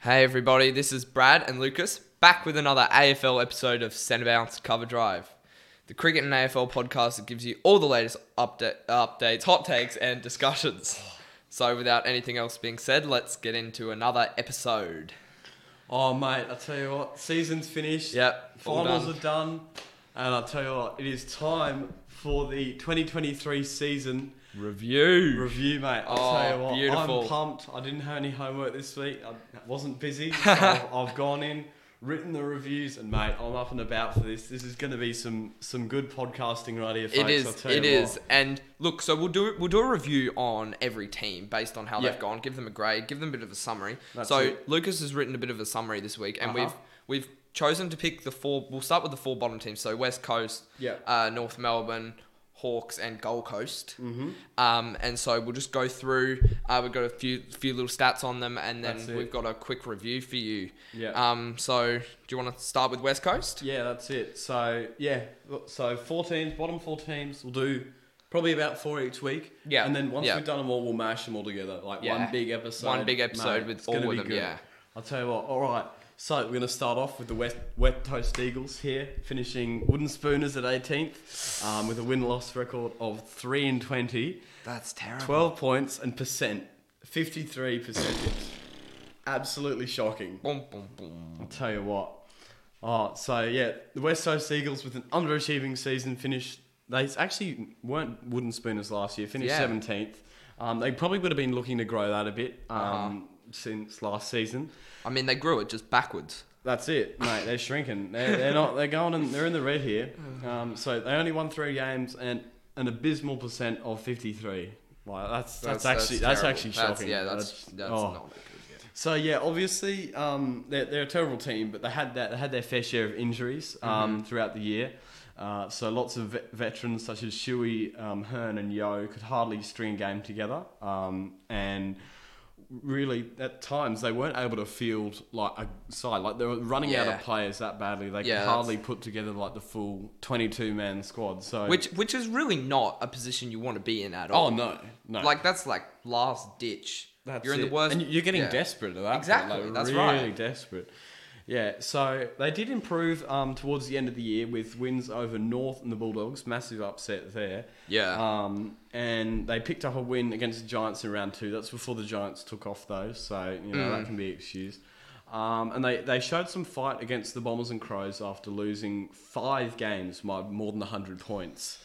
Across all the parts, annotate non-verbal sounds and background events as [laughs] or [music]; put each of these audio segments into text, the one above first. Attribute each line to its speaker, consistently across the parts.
Speaker 1: Hey everybody, this is Brad and Lucas back with another AFL episode of Centre Bounce Cover Drive, the cricket and AFL podcast that gives you all the latest upda- updates, hot takes, and discussions. So, without anything else being said, let's get into another episode.
Speaker 2: Oh mate, I tell you what, season's finished.
Speaker 1: Yep, all
Speaker 2: Finals
Speaker 1: done.
Speaker 2: are done, and I tell you what, it is time for the 2023 season
Speaker 1: Review.
Speaker 2: review, mate. I
Speaker 1: Oh,
Speaker 2: tell you what,
Speaker 1: beautiful.
Speaker 2: I'm pumped. I didn't have any homework this week. I wasn't
Speaker 1: [laughs]
Speaker 2: busy. So I've, I've gone in, written the reviews, and mate, I'm up and about for this. This is going to be some some good podcasting right here, folks.
Speaker 1: It
Speaker 2: I
Speaker 1: is.
Speaker 2: tell
Speaker 1: It
Speaker 2: you
Speaker 1: is.
Speaker 2: what.
Speaker 1: And look, so we'll do we'll do a review on every team based on how
Speaker 2: Yeah.
Speaker 1: they've gone. Give them a grade. Give them a bit of a summary.
Speaker 2: That's
Speaker 1: so
Speaker 2: it.
Speaker 1: Lucas has written a bit of a summary this week, and
Speaker 2: Uh-huh.
Speaker 1: we've we've chosen to pick the four. We'll start with the four bottom teams. So West Coast,
Speaker 2: Yeah.
Speaker 1: uh, North Melbourne. Hawks and Gold Coast,
Speaker 2: Mhm.
Speaker 1: um, and so we'll just go through. Uh, we've got a few few little stats on them, and then
Speaker 2: That's it.
Speaker 1: we've got a quick review for you.
Speaker 2: Yeah.
Speaker 1: Um, so do you want to start with West Coast?
Speaker 2: Yeah, that's it. So yeah, look, so four teams, bottom four teams, we'll do probably about four each week.
Speaker 1: Yeah,
Speaker 2: and then once
Speaker 1: yeah.
Speaker 2: we've done them all, we'll mash them all together, like
Speaker 1: Yeah.
Speaker 2: one big episode.
Speaker 1: One big episode with
Speaker 2: it's gonna
Speaker 1: all of
Speaker 2: be
Speaker 1: them,
Speaker 2: good.
Speaker 1: yeah.
Speaker 2: I'll tell you what. All right, so we're gonna start off with the West West Coast Eagles here, finishing Wooden Spooners at 18th, um, with a win loss record of three and twenty.
Speaker 1: That's terrible.
Speaker 2: 12 points and percent, 53 percent. Absolutely shocking.
Speaker 1: Boom, boom, boom.
Speaker 2: I'll tell you what. Oh, so yeah, the West Coast Eagles with an underachieving season finished. They actually weren't wooden spooners last year. Finished
Speaker 1: Yeah.
Speaker 2: seventeenth. Um, they probably would have been looking to grow that a bit um,
Speaker 1: Uh-huh.
Speaker 2: since last season.
Speaker 1: I mean, they grew it just backwards.
Speaker 2: That's it, mate. They're shrinking. They're, they're not. They're going. And they're in the red here.
Speaker 1: Mm.
Speaker 2: Um, so they only won three games and an abysmal percent of fifty-three. Like that's that's, actually that's,
Speaker 1: terrible.
Speaker 2: actually
Speaker 1: That's-
Speaker 2: shocking.
Speaker 1: yeah, that's that's
Speaker 2: oh.
Speaker 1: not good.
Speaker 2: So yeah, obviously um, they're, they're a terrible team, but they had that they had their fair share of injuries
Speaker 1: Mm-hmm.
Speaker 2: um, throughout the year. Uh, so lots of vet- veterans such as Shuey, um, Hearn, and Yo could hardly string a game together, um, and really at times they weren't able to field like a side. Like they were running out
Speaker 1: Yeah.
Speaker 2: of players that badly, they
Speaker 1: Yeah,
Speaker 2: could
Speaker 1: that's-
Speaker 2: hardly put together like the full twenty-two man squad. So
Speaker 1: Which which is really not a position you want to be in at all.
Speaker 2: oh no, no,
Speaker 1: Like that's like last ditch.
Speaker 2: That's
Speaker 1: you're in the
Speaker 2: it.
Speaker 1: worst.
Speaker 2: And you're getting
Speaker 1: yeah.
Speaker 2: desperate at that.
Speaker 1: Exactly,
Speaker 2: Point. Like,
Speaker 1: that's
Speaker 2: really
Speaker 1: right.
Speaker 2: desperate. Yeah. So they did improve um, towards the end of the year with wins over North and the Bulldogs. Massive upset there.
Speaker 1: Yeah.
Speaker 2: Um, and they picked up a win against the Giants in round two. That's before the Giants took off though, so you know
Speaker 1: Mm.
Speaker 2: that can be excused. Um, and they, they showed some fight against the Bombers and Crows after losing five games by more than 100 points.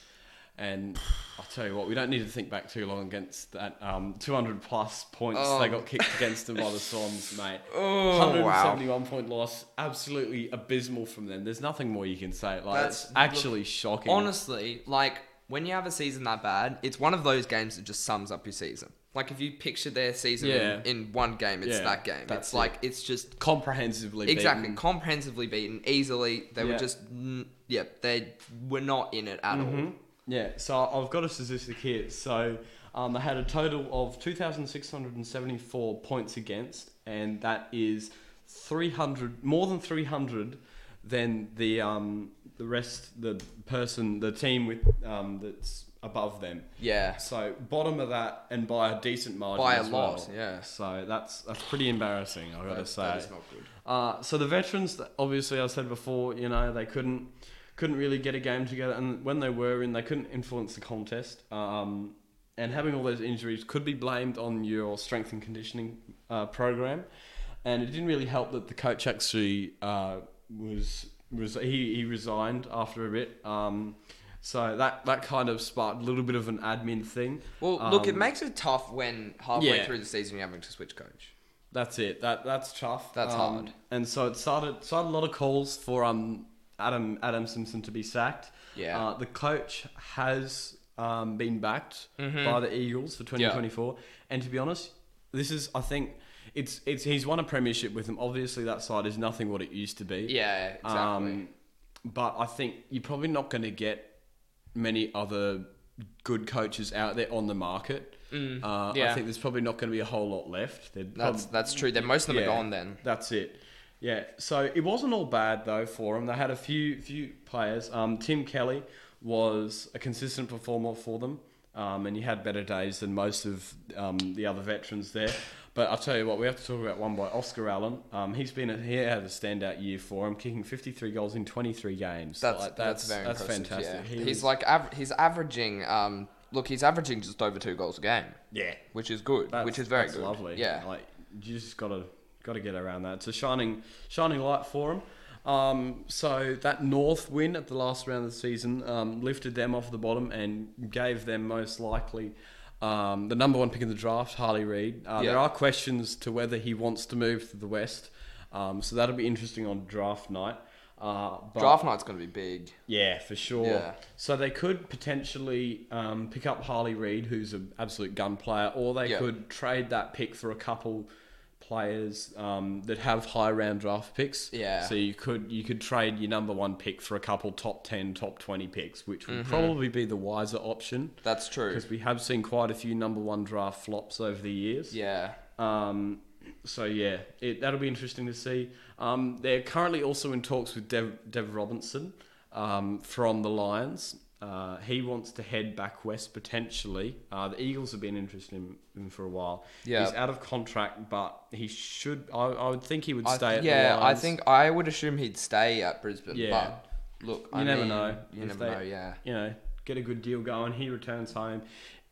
Speaker 2: And I'll tell you what, we don't need to think back too long against that um, 200 plus points
Speaker 1: Oh.
Speaker 2: they got kicked against them by
Speaker 1: [laughs]
Speaker 2: the Swans, mate.
Speaker 1: Oh, wow.
Speaker 2: 171 point loss, absolutely abysmal from them. There's nothing more you can say. Like,
Speaker 1: That's-
Speaker 2: it's actually shocking.
Speaker 1: Honestly, like when you have a season that bad, it's one of those games that just sums up your season. Like if you picture their season
Speaker 2: Yeah.
Speaker 1: in, in one game, it's
Speaker 2: Yeah,
Speaker 1: that game.
Speaker 2: that's
Speaker 1: It's
Speaker 2: it.
Speaker 1: like it's just
Speaker 2: comprehensively
Speaker 1: exactly
Speaker 2: beaten.
Speaker 1: comprehensively beaten easily. They were
Speaker 2: Yeah.
Speaker 1: just n- yeah, they were not in it at
Speaker 2: Mm-hmm.
Speaker 1: all.
Speaker 2: Yeah, so I've got a statistic here. So um, they had a total of 2,674 points against, and that is 300, more than 300 than the um, the rest, the person, the team with um, that's above them.
Speaker 1: Yeah.
Speaker 2: So bottom of that, and by a decent margin.
Speaker 1: By a
Speaker 2: as
Speaker 1: lot,
Speaker 2: well.
Speaker 1: yeah.
Speaker 2: So that's that's pretty embarrassing. I've got to
Speaker 1: That-
Speaker 2: say.
Speaker 1: that is not good.
Speaker 2: Uh, so the veterans, obviously, I said before, you know, they couldn't couldn't really get a game together, and when they were in, they couldn't influence the contest. Um, and having all those injuries could be blamed on your strength and conditioning uh, program, and it didn't really help that the coach actually uh, was was he, he resigned after a bit. Um, so that that kind of sparked a little bit of an admin thing.
Speaker 1: Well, look, it
Speaker 2: Um,
Speaker 1: makes it tough when halfway
Speaker 2: yeah.
Speaker 1: through the season you're having to switch coach.
Speaker 2: That's it. That that's tough.
Speaker 1: That's
Speaker 2: Um,
Speaker 1: hard.
Speaker 2: And so it started started a lot of calls for um Adam Adam Simpson to be sacked.
Speaker 1: Yeah.
Speaker 2: Uh, the coach has um, been backed
Speaker 1: Mm-hmm.
Speaker 2: by the Eagles for 2024, and to be honest, this is I think it's it's he's won a premiership with them. Obviously, that side is nothing what it used to be.
Speaker 1: Yeah, exactly.
Speaker 2: Um, but I think you're probably not going to get many other good coaches out there on the market. uh,
Speaker 1: Mm. yeah.
Speaker 2: I think there's probably not going to be a whole lot left. They're
Speaker 1: that's
Speaker 2: prob-
Speaker 1: that's true. Then most of them
Speaker 2: yeah,
Speaker 1: are gone. Then
Speaker 2: That's it. Yeah. So it wasn't all bad though for them. They had a few few players. Um, Tim Kelly was a consistent performer for them, um, and he had better days than most of um, the other veterans there. But I'll tell you what, we have to talk about one by Oscar Allen. Um, he's been a, he had a standout year for him, kicking 53 goals in 23 games.
Speaker 1: That's
Speaker 2: Like,
Speaker 1: that's, very
Speaker 2: that's
Speaker 1: impressive.
Speaker 2: fantastic.
Speaker 1: Yeah.
Speaker 2: He
Speaker 1: he's
Speaker 2: was-
Speaker 1: like aver- he's averaging. Um, look, he's averaging just over two goals a game,
Speaker 2: yeah,
Speaker 1: which is good.
Speaker 2: that's,
Speaker 1: which is very
Speaker 2: that's
Speaker 1: good.
Speaker 2: lovely.
Speaker 1: Yeah.
Speaker 2: like you just gotta gotta get around that. It's a shining shining light for him. Um, so that North win at the last round of the season um, lifted them off the bottom and gave them most likely. Um, the number one pick in the draft, Harley Reid. Uh,
Speaker 1: Yeah.
Speaker 2: There are questions to whether he wants to move to the West, um, so that'll be interesting on draft night. Uh, but
Speaker 1: Draft night's gonna be big.
Speaker 2: yeah, for sure.
Speaker 1: Yeah.
Speaker 2: So they could potentially um, pick up Harley Reid, who's an absolute gun player, or they
Speaker 1: Yeah.
Speaker 2: could trade that pick for a couple players um, that have high round draft picks.
Speaker 1: Yeah.
Speaker 2: So you could you could trade your number one pick for a couple top ten, top twenty picks, which would probably be the wiser option
Speaker 1: That's Mm-hmm. true.
Speaker 2: because we have seen quite a few number one draft flops over the years.
Speaker 1: Yeah.
Speaker 2: Um, so yeah, it, that'll be interesting to see. Um, they're currently also in talks with Dev, Dev Robinson um, from the Lions. Uh, he wants to head back west potentially. Uh, the Eagles have been interested in him for a while.
Speaker 1: Yeah.
Speaker 2: he's out of contract, but he should. I, I would think he would
Speaker 1: I-
Speaker 2: stay. at
Speaker 1: yeah,
Speaker 2: the
Speaker 1: I
Speaker 2: Lions.
Speaker 1: think I would assume he'd stay at Brisbane.
Speaker 2: Yeah.
Speaker 1: But look,
Speaker 2: You
Speaker 1: I
Speaker 2: never
Speaker 1: mean,
Speaker 2: know
Speaker 1: You
Speaker 2: if
Speaker 1: never
Speaker 2: they-
Speaker 1: know. Yeah.
Speaker 2: you know get a good deal going. He returns home,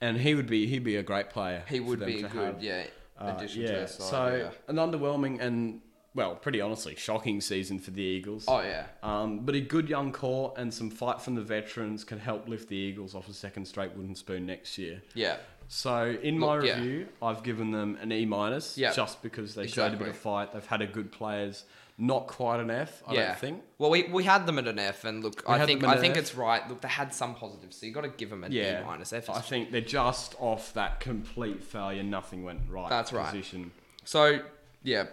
Speaker 2: and he would be he'd be a great player.
Speaker 1: He
Speaker 2: for
Speaker 1: would
Speaker 2: them
Speaker 1: be a
Speaker 2: to
Speaker 1: good.
Speaker 2: have.
Speaker 1: Yeah.
Speaker 2: Uh,
Speaker 1: addition to
Speaker 2: yeah,
Speaker 1: their side.
Speaker 2: so
Speaker 1: yeah.
Speaker 2: an underwhelming and well, pretty honestly, shocking season for the Eagles.
Speaker 1: Oh yeah.
Speaker 2: Um, but a good young core and some fight from the veterans can help lift the Eagles off a second straight wooden spoon next year.
Speaker 1: Yeah.
Speaker 2: So in my
Speaker 1: Look, yeah.
Speaker 2: review, I've given them an E minus,
Speaker 1: Yeah.
Speaker 2: just because they showed a bit
Speaker 1: Exactly.
Speaker 2: of fight. They've had a good players, not quite an F, I
Speaker 1: yeah.
Speaker 2: don't think.
Speaker 1: Well, we, we had them at an F, and look,
Speaker 2: We
Speaker 1: I
Speaker 2: had
Speaker 1: think
Speaker 2: them at
Speaker 1: I
Speaker 2: an
Speaker 1: think
Speaker 2: F.
Speaker 1: it's right. Look, they had some positives, so you got to give them an
Speaker 2: Yeah,
Speaker 1: E minus F. is
Speaker 2: I think they're just off that complete failure. Nothing went right.
Speaker 1: That's right.
Speaker 2: Position.
Speaker 1: So yeah,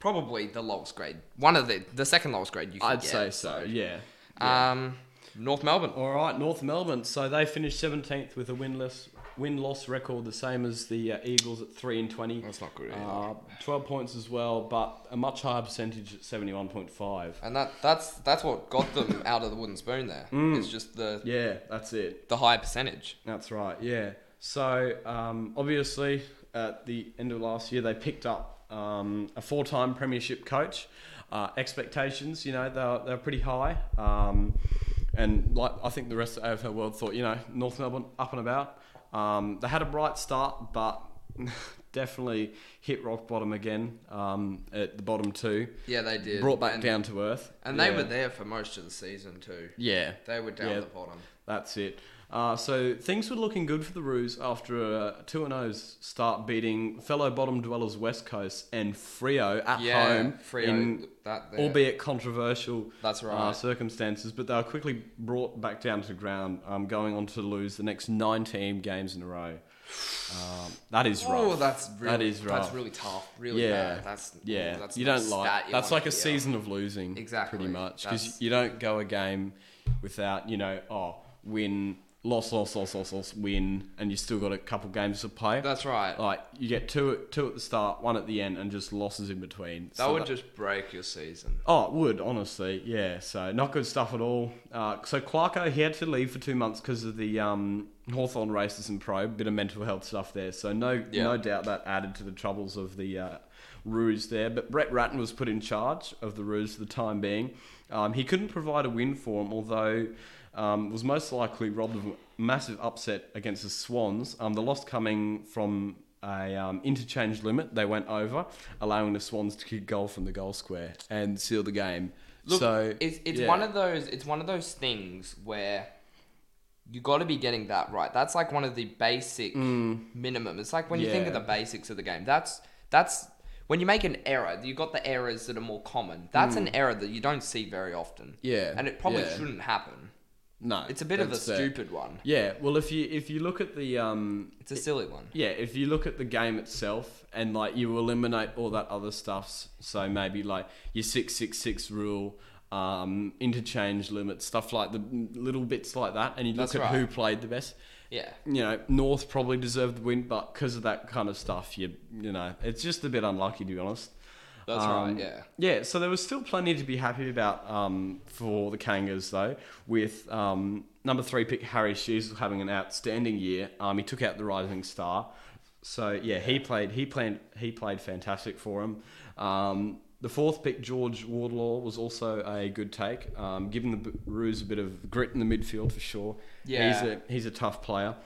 Speaker 1: probably the lowest grade. One of the the second lowest grade you could
Speaker 2: I'd
Speaker 1: get.
Speaker 2: say so. Yeah.
Speaker 1: Um, North Melbourne.
Speaker 2: All right, North Melbourne. So they finished 17th with a winless win-loss record, the same as the uh, Eagles at three and 20.
Speaker 1: That's not good
Speaker 2: Uh, 12 points as well, but a much higher percentage at 71.5.
Speaker 1: And that that's that's what got them out of the wooden spoon.
Speaker 2: [laughs]
Speaker 1: There is just the
Speaker 2: Mm. Yeah, that's it.
Speaker 1: the high percentage.
Speaker 2: That's right. Yeah. So um, obviously, at the end of last year, they picked up um, a four-time premiership coach. Uh, expectations, you know, they're they're pretty high. Um, and like I think the rest of the AFL world thought, you know, North Melbourne up and about. Um, they had a bright start, but [laughs] definitely hit rock bottom again um, at the bottom two.
Speaker 1: Yeah, they did.
Speaker 2: Brought back
Speaker 1: and,
Speaker 2: down to earth.
Speaker 1: and they
Speaker 2: Yeah.
Speaker 1: were there for most of the season too.
Speaker 2: Yeah.
Speaker 1: They were down
Speaker 2: Yeah.
Speaker 1: the bottom.
Speaker 2: That's it. Uh, so things were looking good for the Roos after uh, a 2 0 start beating fellow bottom dwellers West Coast and Frio at
Speaker 1: yeah,
Speaker 2: home,
Speaker 1: Freo,
Speaker 2: in,
Speaker 1: that there.
Speaker 2: albeit controversial
Speaker 1: That's
Speaker 2: uh,
Speaker 1: right.
Speaker 2: circumstances, but they were quickly brought back down to ground, um, going on to lose the next 19 games in a row. Um, that is rough.
Speaker 1: Oh, that's really,
Speaker 2: that is rough.
Speaker 1: That's really tough. Really
Speaker 2: Yeah.
Speaker 1: bad. That's
Speaker 2: yeah,
Speaker 1: That's
Speaker 2: you
Speaker 1: not a
Speaker 2: don't like
Speaker 1: stat you
Speaker 2: that's
Speaker 1: wanna
Speaker 2: like a
Speaker 1: hear.
Speaker 2: season of losing,
Speaker 1: Exactly.
Speaker 2: pretty much,
Speaker 1: That's-
Speaker 2: because you don't go a game without you know oh win loss loss loss loss loss win, and you still got a couple games to play.
Speaker 1: That's right.
Speaker 2: like you get two at two at the start, one at the end, and just losses in between.
Speaker 1: that
Speaker 2: So
Speaker 1: would just break your season.
Speaker 2: Oh, it would honestly, yeah. So not good stuff at all. Uh, so Clarko, he had to leave for two months because of the um, Hawthorne races and probe, bit of mental health stuff there. So no,
Speaker 1: Yeah.
Speaker 2: no doubt that added to the troubles of the uh, Roos there. But Brett Ratton was put in charge of the Roos for the time being. Um, he couldn't provide a win for him, although um, was most likely robbed of a massive upset against the Swans. Um, the loss coming from a um, interchange limit they went over, allowing the Swans to kick goal from the goal square and seal the game.
Speaker 1: Look,
Speaker 2: so
Speaker 1: it's it's
Speaker 2: yeah.
Speaker 1: one of those it's one of those things where you got to be getting that right. That's like one of the basic Mm. minimum. It's like when you think of the
Speaker 2: Yeah.
Speaker 1: basics of the game. That's that's when you make an error. You got the errors that are more common. That's an error that you don't see very often.
Speaker 2: Yeah,
Speaker 1: and it probably
Speaker 2: yeah.
Speaker 1: shouldn't happen.
Speaker 2: no.
Speaker 1: It's a bit of a
Speaker 2: that's it.
Speaker 1: stupid one.
Speaker 2: Yeah, well, if you if you look at the um,
Speaker 1: It's a silly one.
Speaker 2: Yeah, if you look at the game itself and like you eliminate all that other stuff, so maybe like your six six six rule, um, interchange limit, stuff like the little bits like that, and you look
Speaker 1: That's
Speaker 2: at
Speaker 1: right.
Speaker 2: who played the best.
Speaker 1: Yeah.
Speaker 2: You know, North probably deserved the win, but because of that kind of stuff, you you know, it's just a bit unlucky to be honest.
Speaker 1: That's
Speaker 2: Um,
Speaker 1: right. Yeah.
Speaker 2: Yeah, so there was still plenty to be happy about um, for the Kangas, though, with um, number three pick Harry Shears having an outstanding year. Um, he took out the Rising Star, So yeah, he played. He played. He played fantastic for him. Um, the fourth pick, George Wardlaw, was also a good take, um, giving the B- Roos a bit of grit in the midfield for sure.
Speaker 1: Yeah.
Speaker 2: he's a he's a tough player.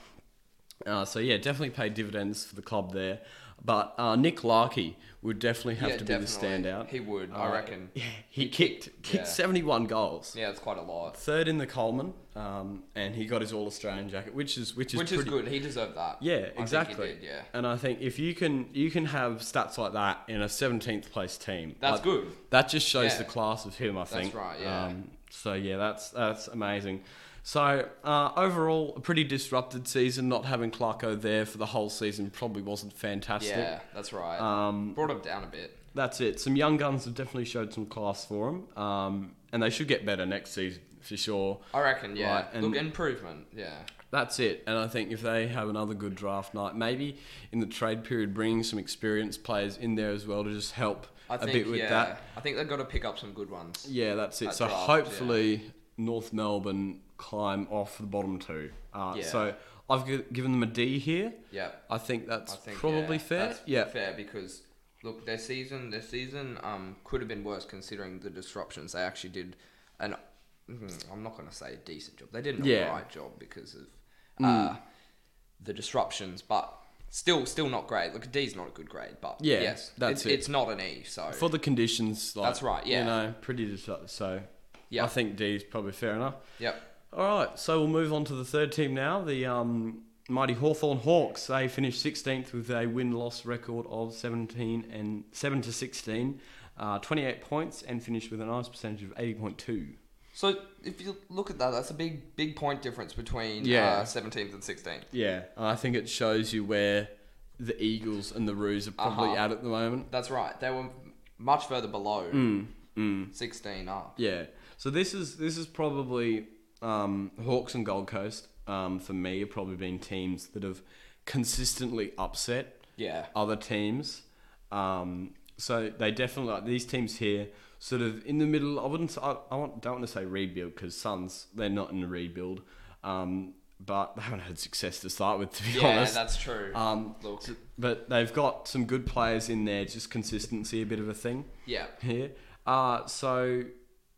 Speaker 2: Uh, so yeah, definitely paid dividends for the club there. But uh, Nick Larkey would definitely have
Speaker 1: Yeah,
Speaker 2: to be
Speaker 1: definitely.
Speaker 2: the standout.
Speaker 1: He would, I
Speaker 2: Uh,
Speaker 1: reckon.
Speaker 2: Yeah, [laughs] he kicked kicked
Speaker 1: yeah.
Speaker 2: seventy one goals.
Speaker 1: Yeah, it's quite a lot.
Speaker 2: Third in the Coleman, um, and he got his All Australian jacket, which is which is
Speaker 1: Which
Speaker 2: pretty,
Speaker 1: is good. He deserved that.
Speaker 2: yeah,
Speaker 1: I think he
Speaker 2: exactly.
Speaker 1: did, yeah.
Speaker 2: And I think if you can you can have stats like that in a 17th place team,
Speaker 1: That's
Speaker 2: like,
Speaker 1: good.
Speaker 2: That just shows
Speaker 1: Yeah.
Speaker 2: the class of him. I think Um,
Speaker 1: right, yeah.
Speaker 2: so yeah, that's that's amazing. So uh, overall, a pretty disrupted season. Not having Clarko there for the whole season probably wasn't fantastic.
Speaker 1: Yeah, that's right.
Speaker 2: Um,
Speaker 1: Brought him down a bit.
Speaker 2: that's it. Some young guns have definitely showed some class for him, um, and they should get better next season for sure.
Speaker 1: I reckon, yeah.
Speaker 2: Right, and-
Speaker 1: Look, improvement, yeah.
Speaker 2: That's it. And I think if they have another good draft night, maybe in the trade period, bringing some experienced players in there as well to just help
Speaker 1: I
Speaker 2: a
Speaker 1: think,
Speaker 2: bit with
Speaker 1: yeah.
Speaker 2: that.
Speaker 1: I think they've got to pick up some good ones.
Speaker 2: Yeah, that's it.
Speaker 1: That
Speaker 2: so
Speaker 1: draft,
Speaker 2: hopefully, North Melbourne climb off the bottom two. Uh,
Speaker 1: Yeah.
Speaker 2: So I've gi- given them a D here.
Speaker 1: Yeah.
Speaker 2: I think that's
Speaker 1: I think
Speaker 2: probably
Speaker 1: yeah,
Speaker 2: fair.
Speaker 1: That's
Speaker 2: yeah.
Speaker 1: fair because look, their season, their season um could have been worse considering the disruptions. They actually did an mm, I'm not going to say a decent job. They did an
Speaker 2: Yeah. Mm.
Speaker 1: alright job because of uh, the disruptions, but still, still not great. Look, a D's not a good grade, but
Speaker 2: Yeah,
Speaker 1: yes,
Speaker 2: that's
Speaker 1: it's,
Speaker 2: it.
Speaker 1: it's not an E. So
Speaker 2: For the conditions, like,
Speaker 1: That's right, yeah.
Speaker 2: You know, pretty disruptive. So
Speaker 1: Yeah.
Speaker 2: I think D is probably fair enough.
Speaker 1: yep.
Speaker 2: All right, so we'll move on to the third team now, the um, mighty Hawthorn Hawks. They finished 16th with a win-loss record of 17 and 7 to 16, uh, 28 points, and finished with a nice percentage of 80.2.
Speaker 1: So if you look at that, that's a big, big point difference between
Speaker 2: Yeah.
Speaker 1: uh, 17th and 16th.
Speaker 2: Yeah, I think it shows you where the Eagles and the Roos are probably
Speaker 1: Uh-huh.
Speaker 2: at at the moment.
Speaker 1: That's right. They were much further below
Speaker 2: Mm, mm.
Speaker 1: 16 up.
Speaker 2: Yeah. So this is this is probably um, Hawks and Gold Coast um, for me have probably been teams that have consistently upset
Speaker 1: Yeah.
Speaker 2: other teams. Um, so they definitely like these teams here, sort of in the middle. I wouldn't. s- I, I want, don't want to say rebuild because Suns they're not in a rebuild, um, but they haven't had success to start with. To be
Speaker 1: Yeah, [laughs]
Speaker 2: honest,
Speaker 1: that's true.
Speaker 2: um,
Speaker 1: Look,
Speaker 2: but they've got some good players in there. Just consistency, a bit of a thing
Speaker 1: yeah,
Speaker 2: here. Uh, so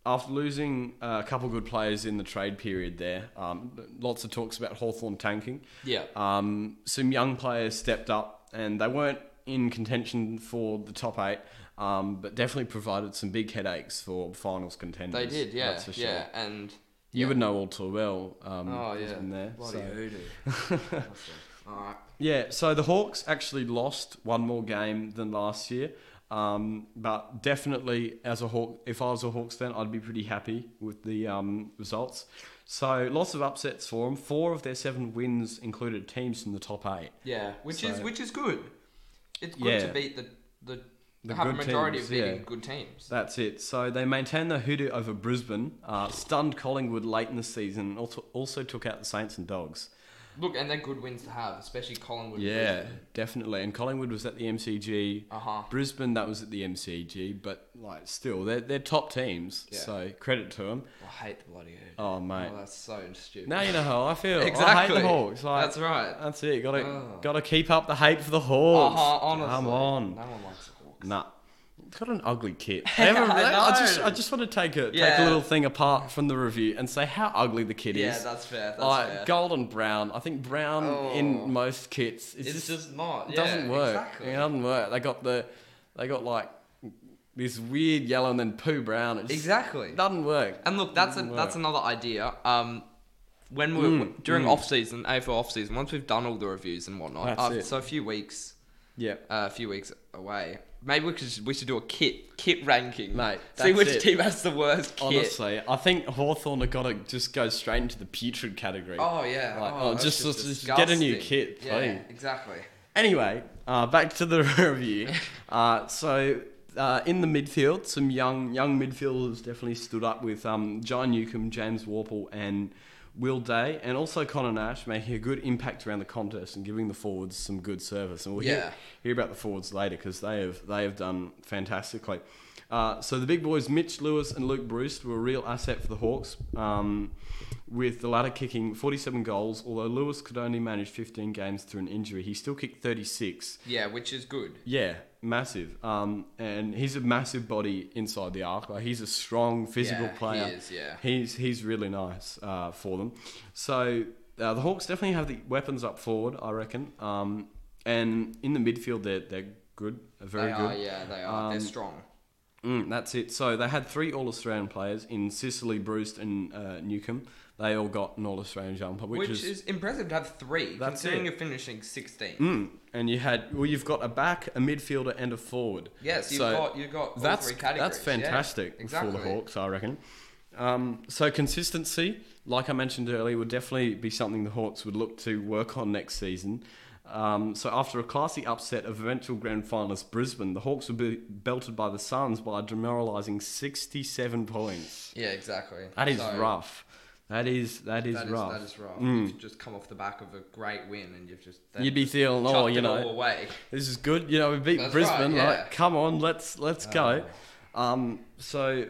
Speaker 2: after losing uh, a couple good players in the trade period there, um, lots of talks about Hawthorn tanking.
Speaker 1: yeah,
Speaker 2: Um, some young players stepped up and they weren't in contention for the top eight, um, but definitely provided some big headaches for finals contenders.
Speaker 1: they did. Yeah,
Speaker 2: that's for sure.
Speaker 1: yeah, and
Speaker 2: You
Speaker 1: yeah.
Speaker 2: would know all too well. Um,
Speaker 1: Oh
Speaker 2: who's
Speaker 1: yeah,
Speaker 2: been there.
Speaker 1: Bloody
Speaker 2: so. [laughs]
Speaker 1: hoodoo. All right.
Speaker 2: Yeah, so the Hawks actually lost one more game than last year. Um, but definitely, as a Hawk, if I was a Hawks fan, I'd be pretty happy with the um, results. So lots of upsets for them. Four of their seven wins included teams in the top eight.
Speaker 1: Yeah, which is
Speaker 2: So-
Speaker 1: which is good. It's good
Speaker 2: Yeah.
Speaker 1: to beat the the,
Speaker 2: The
Speaker 1: have a
Speaker 2: good
Speaker 1: majority
Speaker 2: teams,
Speaker 1: of beating
Speaker 2: yeah.
Speaker 1: good teams.
Speaker 2: That's it. So they maintained the hoodoo over Brisbane, uh, stunned Collingwood late in the season, and also, also took out the Saints and Dogs.
Speaker 1: Look, and they're good wins to have, especially Collingwood.
Speaker 2: Yeah, definitely. And Collingwood was at the MCG.
Speaker 1: Uh huh.
Speaker 2: Brisbane, that was at the MCG, but like still, they're they're top teams.
Speaker 1: Yeah.
Speaker 2: So credit to them.
Speaker 1: I hate the bloody hoodoo.
Speaker 2: Oh mate,
Speaker 1: Oh, that's so stupid. [laughs]
Speaker 2: now you know how I feel. I hate
Speaker 1: exactly.
Speaker 2: the Hawks. Like,
Speaker 1: that's right.
Speaker 2: that's it. Got to
Speaker 1: Ugh.
Speaker 2: got to keep up the hate for the Hawks.
Speaker 1: Uh-huh, honestly.
Speaker 2: Come on,
Speaker 1: No one likes the Hawks.
Speaker 2: nah. It's got an ugly
Speaker 1: [laughs]
Speaker 2: kit.
Speaker 1: I
Speaker 2: Ever- I, just
Speaker 1: know.
Speaker 2: I just want to take a take a
Speaker 1: Yeah.
Speaker 2: little thing apart from the review and say how ugly the kit
Speaker 1: Yeah,
Speaker 2: is.
Speaker 1: that's fair. That's
Speaker 2: like
Speaker 1: fair.
Speaker 2: gold and brown. I think brown
Speaker 1: Oh.
Speaker 2: in most kits is
Speaker 1: it's
Speaker 2: just
Speaker 1: just, not.
Speaker 2: It
Speaker 1: yeah,
Speaker 2: doesn't work.
Speaker 1: Exactly.
Speaker 2: It doesn't work. They got the, they got like this weird yellow and then poo brown. It just
Speaker 1: Exactly.
Speaker 2: doesn't work.
Speaker 1: And look, that's a,
Speaker 2: Doesn't
Speaker 1: that's
Speaker 2: work.
Speaker 1: another idea. Um, when we are
Speaker 2: Mm,
Speaker 1: during off season, AFL off season, once we've done all the reviews and whatnot,
Speaker 2: That's
Speaker 1: uh,
Speaker 2: it.
Speaker 1: so a few weeks,
Speaker 2: yeah.
Speaker 1: uh, a few weeks away, maybe we could we should do a kit kit ranking,
Speaker 2: Mate,
Speaker 1: [laughs] See
Speaker 2: that's
Speaker 1: which
Speaker 2: it.
Speaker 1: team has the worst kit.
Speaker 2: Honestly, I think Hawthorn have got to just go straight into the putrid category.
Speaker 1: Oh yeah.
Speaker 2: Like,
Speaker 1: oh,
Speaker 2: oh,
Speaker 1: that's
Speaker 2: just- just get a new
Speaker 1: disgusting.
Speaker 2: kit,
Speaker 1: Yeah,
Speaker 2: please.
Speaker 1: exactly.
Speaker 2: Anyway, uh, back to the [laughs] review. Uh, so. Uh, in the midfield, some young young midfielders definitely stood up with um, John Newcomb, James Warple, and Will Day, and also Connor Nash making a good impact around the contest and giving the forwards some good service. And we'll hear,
Speaker 1: Yeah.
Speaker 2: hear about the forwards later because they have they have done fantastically. Uh, so the big boys, Mitch Lewis and Luke Bruce, were a real asset for the Hawks. Um, with the latter kicking 47 goals. Although Lewis could only manage 15 games through an injury, he still kicked 36.
Speaker 1: Yeah, which is good.
Speaker 2: Yeah, massive. Um, and he's a massive body inside the arc. Like he's a strong physical
Speaker 1: Yeah, he
Speaker 2: player.
Speaker 1: is, yeah.
Speaker 2: He's he's really nice uh, for them. So uh, the Hawks definitely have the weapons up forward, I reckon. Um, and in the midfield, they're they're good, very
Speaker 1: they
Speaker 2: good.
Speaker 1: are, yeah, they are. They're
Speaker 2: Um,
Speaker 1: strong.
Speaker 2: Mm, that's it. So they had three All Australian players in Sicily, Bruce, and uh, Newcomb. They all got an All Australian jumper, which,
Speaker 1: Which,
Speaker 2: is,
Speaker 1: is, impressive to have three,
Speaker 2: That's
Speaker 1: considering
Speaker 2: it.
Speaker 1: you're finishing 16.
Speaker 2: Mm, and you had well, you've got a back, a midfielder, and a forward.
Speaker 1: Yes, you've
Speaker 2: So
Speaker 1: got you've got all
Speaker 2: that's
Speaker 1: three categories.
Speaker 2: that's
Speaker 1: yeah,
Speaker 2: fantastic for the Hawks, I reckon. Um, so consistency, like I mentioned earlier, would definitely be something the Hawks would look to work on next season. Um, so after a classy upset of eventual grand finalist Brisbane, the Hawks would be belted by the Suns by demoralising sixty-seven points.
Speaker 1: Yeah, exactly.
Speaker 2: That is
Speaker 1: So,
Speaker 2: rough. That is that is
Speaker 1: that
Speaker 2: rough. Mm.
Speaker 1: That is rough. You've just come off the back of a great win, and you've just they've
Speaker 2: You'd be
Speaker 1: just
Speaker 2: feeling,
Speaker 1: chucked
Speaker 2: oh, you
Speaker 1: it all
Speaker 2: know,
Speaker 1: away.
Speaker 2: This is good. You know, we beat
Speaker 1: That's right,
Speaker 2: Brisbane.
Speaker 1: yeah. Uh,
Speaker 2: Like, come on, let's let's go. Um, so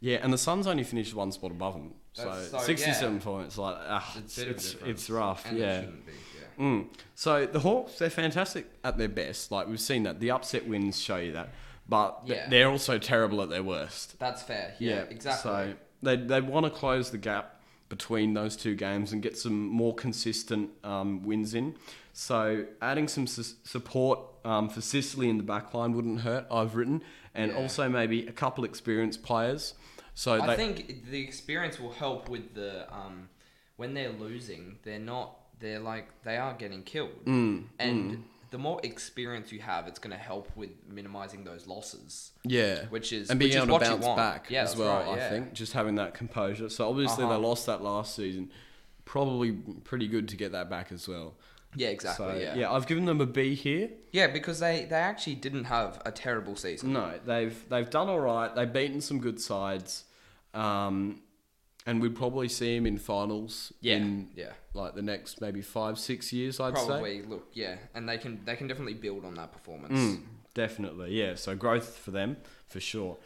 Speaker 2: yeah, and the Suns only finished one spot above them. So,
Speaker 1: That's so-
Speaker 2: sixty-seven
Speaker 1: yeah.
Speaker 2: points. Like, ah,
Speaker 1: It's
Speaker 2: it's
Speaker 1: a bit of a
Speaker 2: it's,
Speaker 1: difference.
Speaker 2: it's rough.
Speaker 1: And it
Speaker 2: yeah.
Speaker 1: shouldn't be, yeah.
Speaker 2: Mm. So the Hawks, they're fantastic at their best. Like we've seen that. The upset wins show you that. But th-
Speaker 1: Yeah.
Speaker 2: they're also terrible at their worst.
Speaker 1: That's fair. Yeah, exactly.
Speaker 2: So they they want to close the gap between those two games and get some more consistent um, wins in. So adding some su- support um, for Sicily in the back line wouldn't hurt. I've written, and
Speaker 1: Yeah.
Speaker 2: also maybe a couple experienced players. So
Speaker 1: I
Speaker 2: they,
Speaker 1: think the experience will help with the um, when they're losing, they're not they're like they are getting killed,
Speaker 2: Mm,
Speaker 1: and the more experience you have, it's going to help with minimizing those losses.
Speaker 2: yeah,
Speaker 1: which is-
Speaker 2: and being
Speaker 1: which is
Speaker 2: able
Speaker 1: what
Speaker 2: to
Speaker 1: you
Speaker 2: bounce
Speaker 1: want.
Speaker 2: back
Speaker 1: Yeah,
Speaker 2: as
Speaker 1: that's
Speaker 2: well.
Speaker 1: right,
Speaker 2: I
Speaker 1: yeah.
Speaker 2: think just having that composure. So obviously
Speaker 1: Uh-huh.
Speaker 2: they lost that last season. Probably pretty good to get that back as well.
Speaker 1: Yeah, exactly.
Speaker 2: so
Speaker 1: yeah. yeah,
Speaker 2: yeah, I've given them a B here.
Speaker 1: because they they actually didn't have a terrible season.
Speaker 2: No, they've they've done all right. They've beaten some good sides, um, and we'd probably see him in finals.
Speaker 1: Yeah,
Speaker 2: in
Speaker 1: yeah.
Speaker 2: like the next maybe five six years, I'd say.
Speaker 1: Probably look, yeah, and they can they can definitely build on that performance.
Speaker 2: [clears throat] Mm. Definitely, yeah. So growth for them for sure.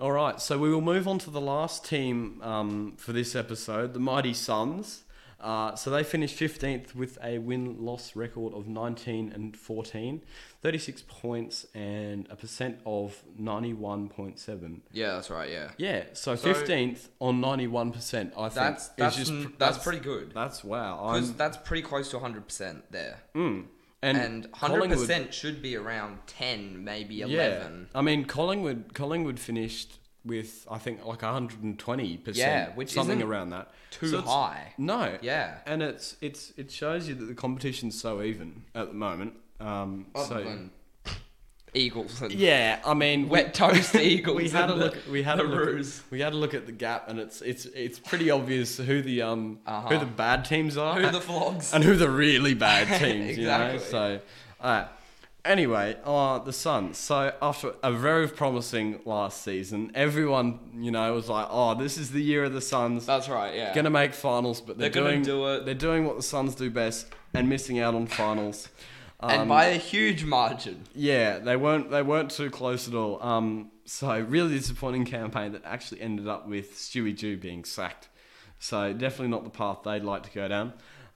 Speaker 2: All right, so we will move on to the last team um, for this episode, the Mighty Suns. Uh, so they finished 15th with a win-loss record of 19 and 14, 36 points and a percent of 91.7.
Speaker 1: Yeah, that's right. Yeah,
Speaker 2: Yeah, so
Speaker 1: So-
Speaker 2: fifteenth on ninety one percent. I think
Speaker 1: that's
Speaker 2: is
Speaker 1: that's
Speaker 2: just
Speaker 1: n-
Speaker 2: pr-
Speaker 1: that's, pretty good
Speaker 2: That's wow.
Speaker 1: because
Speaker 2: I'm,
Speaker 1: that's pretty close to hundred percent there.
Speaker 2: mm. and,
Speaker 1: and hundred
Speaker 2: Collingwood-
Speaker 1: percent should be around ten, maybe
Speaker 2: Yeah,
Speaker 1: eleven.
Speaker 2: I mean Collingwood. Collingwood finished with I think like hundred and twenty percent.
Speaker 1: Yeah, which
Speaker 2: something
Speaker 1: isn't
Speaker 2: around that.
Speaker 1: Too
Speaker 2: So it's-
Speaker 1: high.
Speaker 2: No.
Speaker 1: Yeah.
Speaker 2: and it's it's it shows you that the competition's so even at the moment. Um,
Speaker 1: Other
Speaker 2: so
Speaker 1: than [laughs] Eagles and
Speaker 2: yeah, I mean
Speaker 1: [laughs]
Speaker 2: we- [laughs]
Speaker 1: wet toast Eagles.
Speaker 2: we had
Speaker 1: and
Speaker 2: a
Speaker 1: the-
Speaker 2: look. We had a
Speaker 1: the
Speaker 2: look.
Speaker 1: Roos.
Speaker 2: [laughs] At, we had a look at the gap, and it's it's it's pretty obvious who the um
Speaker 1: Uh-huh.
Speaker 2: who the bad teams are,
Speaker 1: Who the vlogs?
Speaker 2: and who the
Speaker 1: [laughs]
Speaker 2: really bad teams. You know?
Speaker 1: Exactly.
Speaker 2: So, uh, anyway, uh, the Suns. So after a very promising last season, everyone you know was like, "Oh, this is the year of the Suns."
Speaker 1: That's right. Yeah.
Speaker 2: Gonna make finals, but they're,
Speaker 1: They're gonna
Speaker 2: doing
Speaker 1: do it.
Speaker 2: they're doing what the Suns do best and missing out on finals.
Speaker 1: and
Speaker 2: Um,
Speaker 1: by a huge margin.
Speaker 2: yeah, they weren't they weren't too close at all. Um, so really disappointing campaign that actually ended up with Stewie Jew being sacked. So definitely not the path they'd like to go down.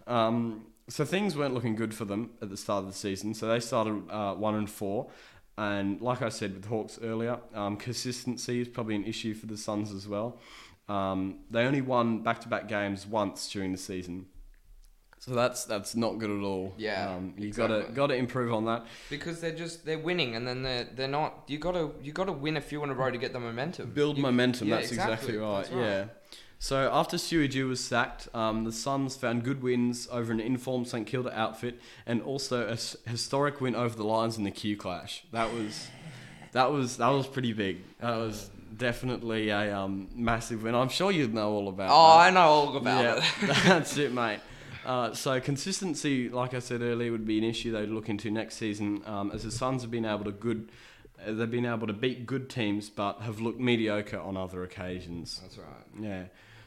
Speaker 2: Um, so things weren't looking good for them at the start of the season. So they started uh, one and four, and like I said with the Hawks earlier, um, consistency is probably an issue for the Suns as well. Um, they only won back to back games once during the season. So that's that's not good at all.
Speaker 1: Yeah,
Speaker 2: um, you gotta
Speaker 1: exactly.
Speaker 2: gotta improve on that.
Speaker 1: because they're just they're winning and then they're they're not you gotta you gotta win a few in a row to get the momentum
Speaker 2: Build
Speaker 1: You-
Speaker 2: momentum.
Speaker 1: yeah,
Speaker 2: that's exactly, right.
Speaker 1: that's
Speaker 2: Yeah. So after Stewie Jew was sacked, um, the Suns found good wins over an informed St Kilda outfit, and also a s- historic win over the Lions in the Q Clash. That was, that was that was pretty big. That was definitely a um, massive win. I'm sure you know all about.
Speaker 1: oh
Speaker 2: that
Speaker 1: i know all about it
Speaker 2: yeah, [laughs] that's it, mate. Uh, so consistency, like I said earlier, would be an issue they'd look into next season, um, as the Suns have been able to good, uh, they've been able to beat good teams, but have looked mediocre on other occasions.
Speaker 1: that's right
Speaker 2: Yeah.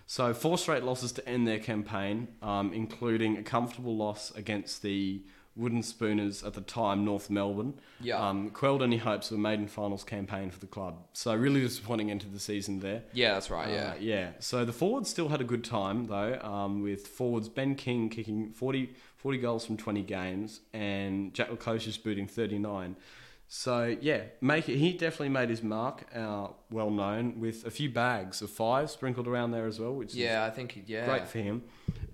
Speaker 2: So four straight losses to end their campaign, um, including a comfortable loss against the wooden spooners at the time, North Melbourne,
Speaker 1: Yeah.
Speaker 2: um, quelled any hopes of a maiden finals campaign for the club. So really disappointing end to the season there.
Speaker 1: Yeah, that's right.
Speaker 2: Uh,
Speaker 1: Yeah.
Speaker 2: yeah. So the forwards still had a good time though, um, with forwards Ben King kicking 40, 40 goals from twenty games and Jack Lacocious booting thirty nine. So yeah, make it, he definitely made his mark, uh, well known with a few bags of five sprinkled around there as well, which is
Speaker 1: yeah, I think. Yeah.
Speaker 2: great for him.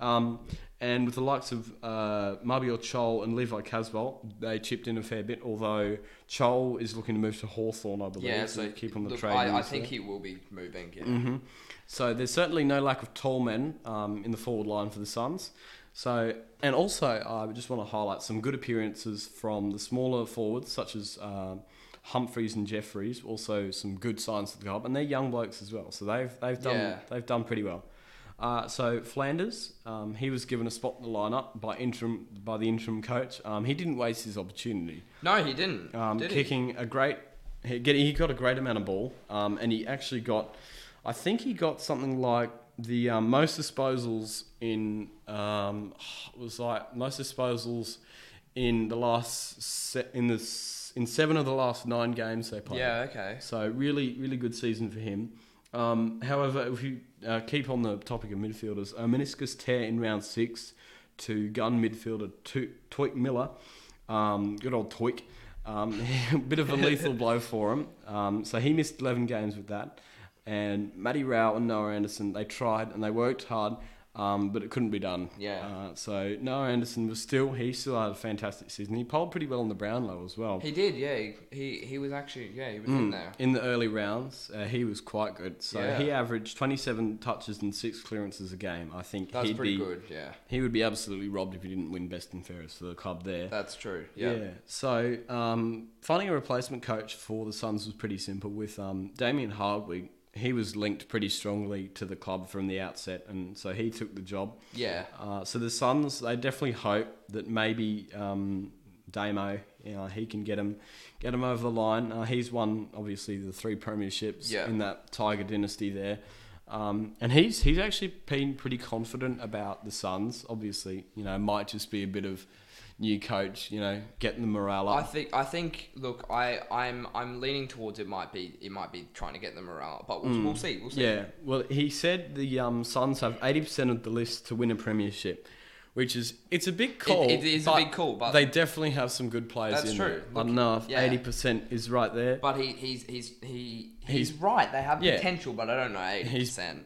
Speaker 2: Um, and with the likes of uh, Mabior Chol and Levi Casbolt, they chipped in a fair bit. Although Chol is looking to move to Hawthorn, I believe.
Speaker 1: Yeah,
Speaker 2: so
Speaker 1: so
Speaker 2: keep on the
Speaker 1: look,
Speaker 2: trade.
Speaker 1: I, I
Speaker 2: news
Speaker 1: think
Speaker 2: there.
Speaker 1: he will be moving. Yeah.
Speaker 2: Mhm. So there's certainly no lack of tall men um, in the forward line for the Suns. So and also I just want to highlight some good appearances from the smaller forwards such as um Humphreys and Jeffries. Also some good signs for the club, and they're young blokes as well. So they've they've done
Speaker 1: Yeah.
Speaker 2: they've done pretty well. Uh, so Flanders, um, he was given a spot in the lineup by interim by the interim coach. Um, he didn't waste his opportunity
Speaker 1: No, he didn't.
Speaker 2: um,
Speaker 1: did he?
Speaker 2: kicking a great. He, get, he got a great amount of ball, um, and he actually got. I think he got something like the um, most disposals in. Um, it was like most disposals in the last se- in the s- in seven of the last nine games they played.
Speaker 1: Yeah. Okay.
Speaker 2: So really, really good season for him. Um, however, if you uh, keep on the topic of midfielders, a meniscus tear in round six to gun midfielder to- Toik Miller, um, good old Toik, um, [laughs] a bit of
Speaker 1: [laughs]
Speaker 2: a lethal blow for him. Um, so he missed 11 games with that. And Matty Rao and Noah Anderson, they tried and they worked hard, um, but it couldn't be done.
Speaker 1: Yeah.
Speaker 2: Uh, so Noah Anderson was still, he still had a fantastic season. He polled pretty well on the Brownlow as well.
Speaker 1: He did. Yeah. He he, he was actually. Yeah. He was in
Speaker 2: Mm.
Speaker 1: there.
Speaker 2: In the early rounds, uh, he was quite good. So
Speaker 1: Yeah.
Speaker 2: he averaged 27 touches and six clearances a game. I think
Speaker 1: That's
Speaker 2: he'd
Speaker 1: pretty
Speaker 2: be
Speaker 1: good. Yeah.
Speaker 2: he would be absolutely robbed if he didn't win best and fairest for the club there.
Speaker 1: That's true. Yeah.
Speaker 2: So um, finding a replacement coach for the Suns was pretty simple. With um, Damien Hardwig, he was linked pretty strongly to the club from the outset, and so he took the job.
Speaker 1: Yeah.
Speaker 2: Uh, so the Suns, they definitely hope that maybe um, Damo, you know, he can get him, get him over the line. Uh, he's won obviously the three premierships
Speaker 1: Yeah.
Speaker 2: in that Tiger dynasty there, um, and he's he's actually been pretty confident about the Suns. Obviously, you know, it might just be a bit of new coach, you know, getting the morale
Speaker 1: I
Speaker 2: up.
Speaker 1: think I think look I I'm I'm leaning towards it might be it might be trying to get the morale up, but we'll, we'll see we'll see
Speaker 2: Mm. Yeah, well, he said the um, Suns have eighty percent of the list to win a premiership, which is it's a big call.
Speaker 1: it is a
Speaker 2: but
Speaker 1: big call, but-
Speaker 2: they definitely have some good players.
Speaker 1: That's
Speaker 2: in
Speaker 1: true.
Speaker 2: There. I
Speaker 1: Look,
Speaker 2: don't know if
Speaker 1: yeah.
Speaker 2: eighty percent is right there.
Speaker 1: but he he's he's he he's,
Speaker 2: He's-
Speaker 1: right they have
Speaker 2: yeah.
Speaker 1: potential but I don't know eighty percent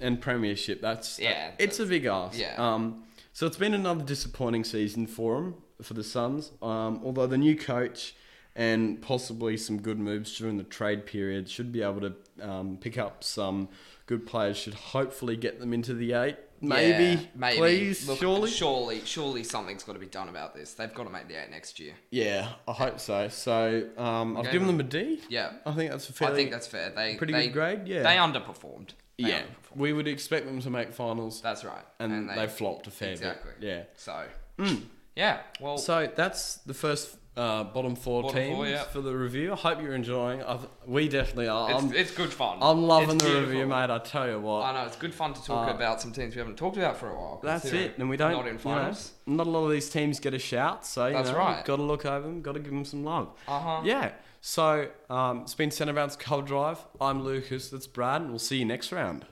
Speaker 2: and premiership, that's
Speaker 1: Yeah,
Speaker 2: that- it's a big ask.
Speaker 1: yeah.
Speaker 2: Um, so it's been another disappointing season for them for the Suns. Um, although the new coach and possibly some good moves during the trade period should be able to um, pick up some good players. Should hopefully get them into the eight. Maybe,
Speaker 1: Yeah, maybe
Speaker 2: please,
Speaker 1: Look,
Speaker 2: surely.
Speaker 1: surely surely something's got to be done about this they've got to make the eight next year
Speaker 2: Yeah, I hope so. So um, I've
Speaker 1: Okay.
Speaker 2: given them a D.
Speaker 1: yeah
Speaker 2: I think that's a
Speaker 1: I
Speaker 2: fairly
Speaker 1: think that's fair they
Speaker 2: Oh, pretty
Speaker 1: they,
Speaker 2: good grade. Yeah,
Speaker 1: they underperformed They
Speaker 2: yeah.
Speaker 1: underperformed.
Speaker 2: We would expect them to make finals,
Speaker 1: that's right
Speaker 2: and, they, flopped a fair
Speaker 1: exactly
Speaker 2: bit. Yeah. Mm.
Speaker 1: so yeah well
Speaker 2: So that's the first uh, bottom four
Speaker 1: Bottom
Speaker 2: teams
Speaker 1: four, yeah.
Speaker 2: for the review. I hope you're enjoying. i we definitely are.
Speaker 1: it's,
Speaker 2: I'm,
Speaker 1: it's good fun
Speaker 2: um, I'm loving
Speaker 1: It's
Speaker 2: the
Speaker 1: beautiful.
Speaker 2: review, mate. I tell you what.
Speaker 1: I know it's good fun to talk
Speaker 2: Uh,
Speaker 1: about some teams we haven't talked about for a while.
Speaker 2: that's
Speaker 1: considering
Speaker 2: it, and we
Speaker 1: we're
Speaker 2: don't.
Speaker 1: not in
Speaker 2: you know,
Speaker 1: finals.
Speaker 2: not a lot of these teams get a shout, so you
Speaker 1: That's
Speaker 2: know,
Speaker 1: right.
Speaker 2: Got to look over them. Got to give them some love.
Speaker 1: Uh huh.
Speaker 2: Yeah. So um, it's been Centre Bounce Cover Drive. I'm Lucas. That's Brad, and we'll see you next round.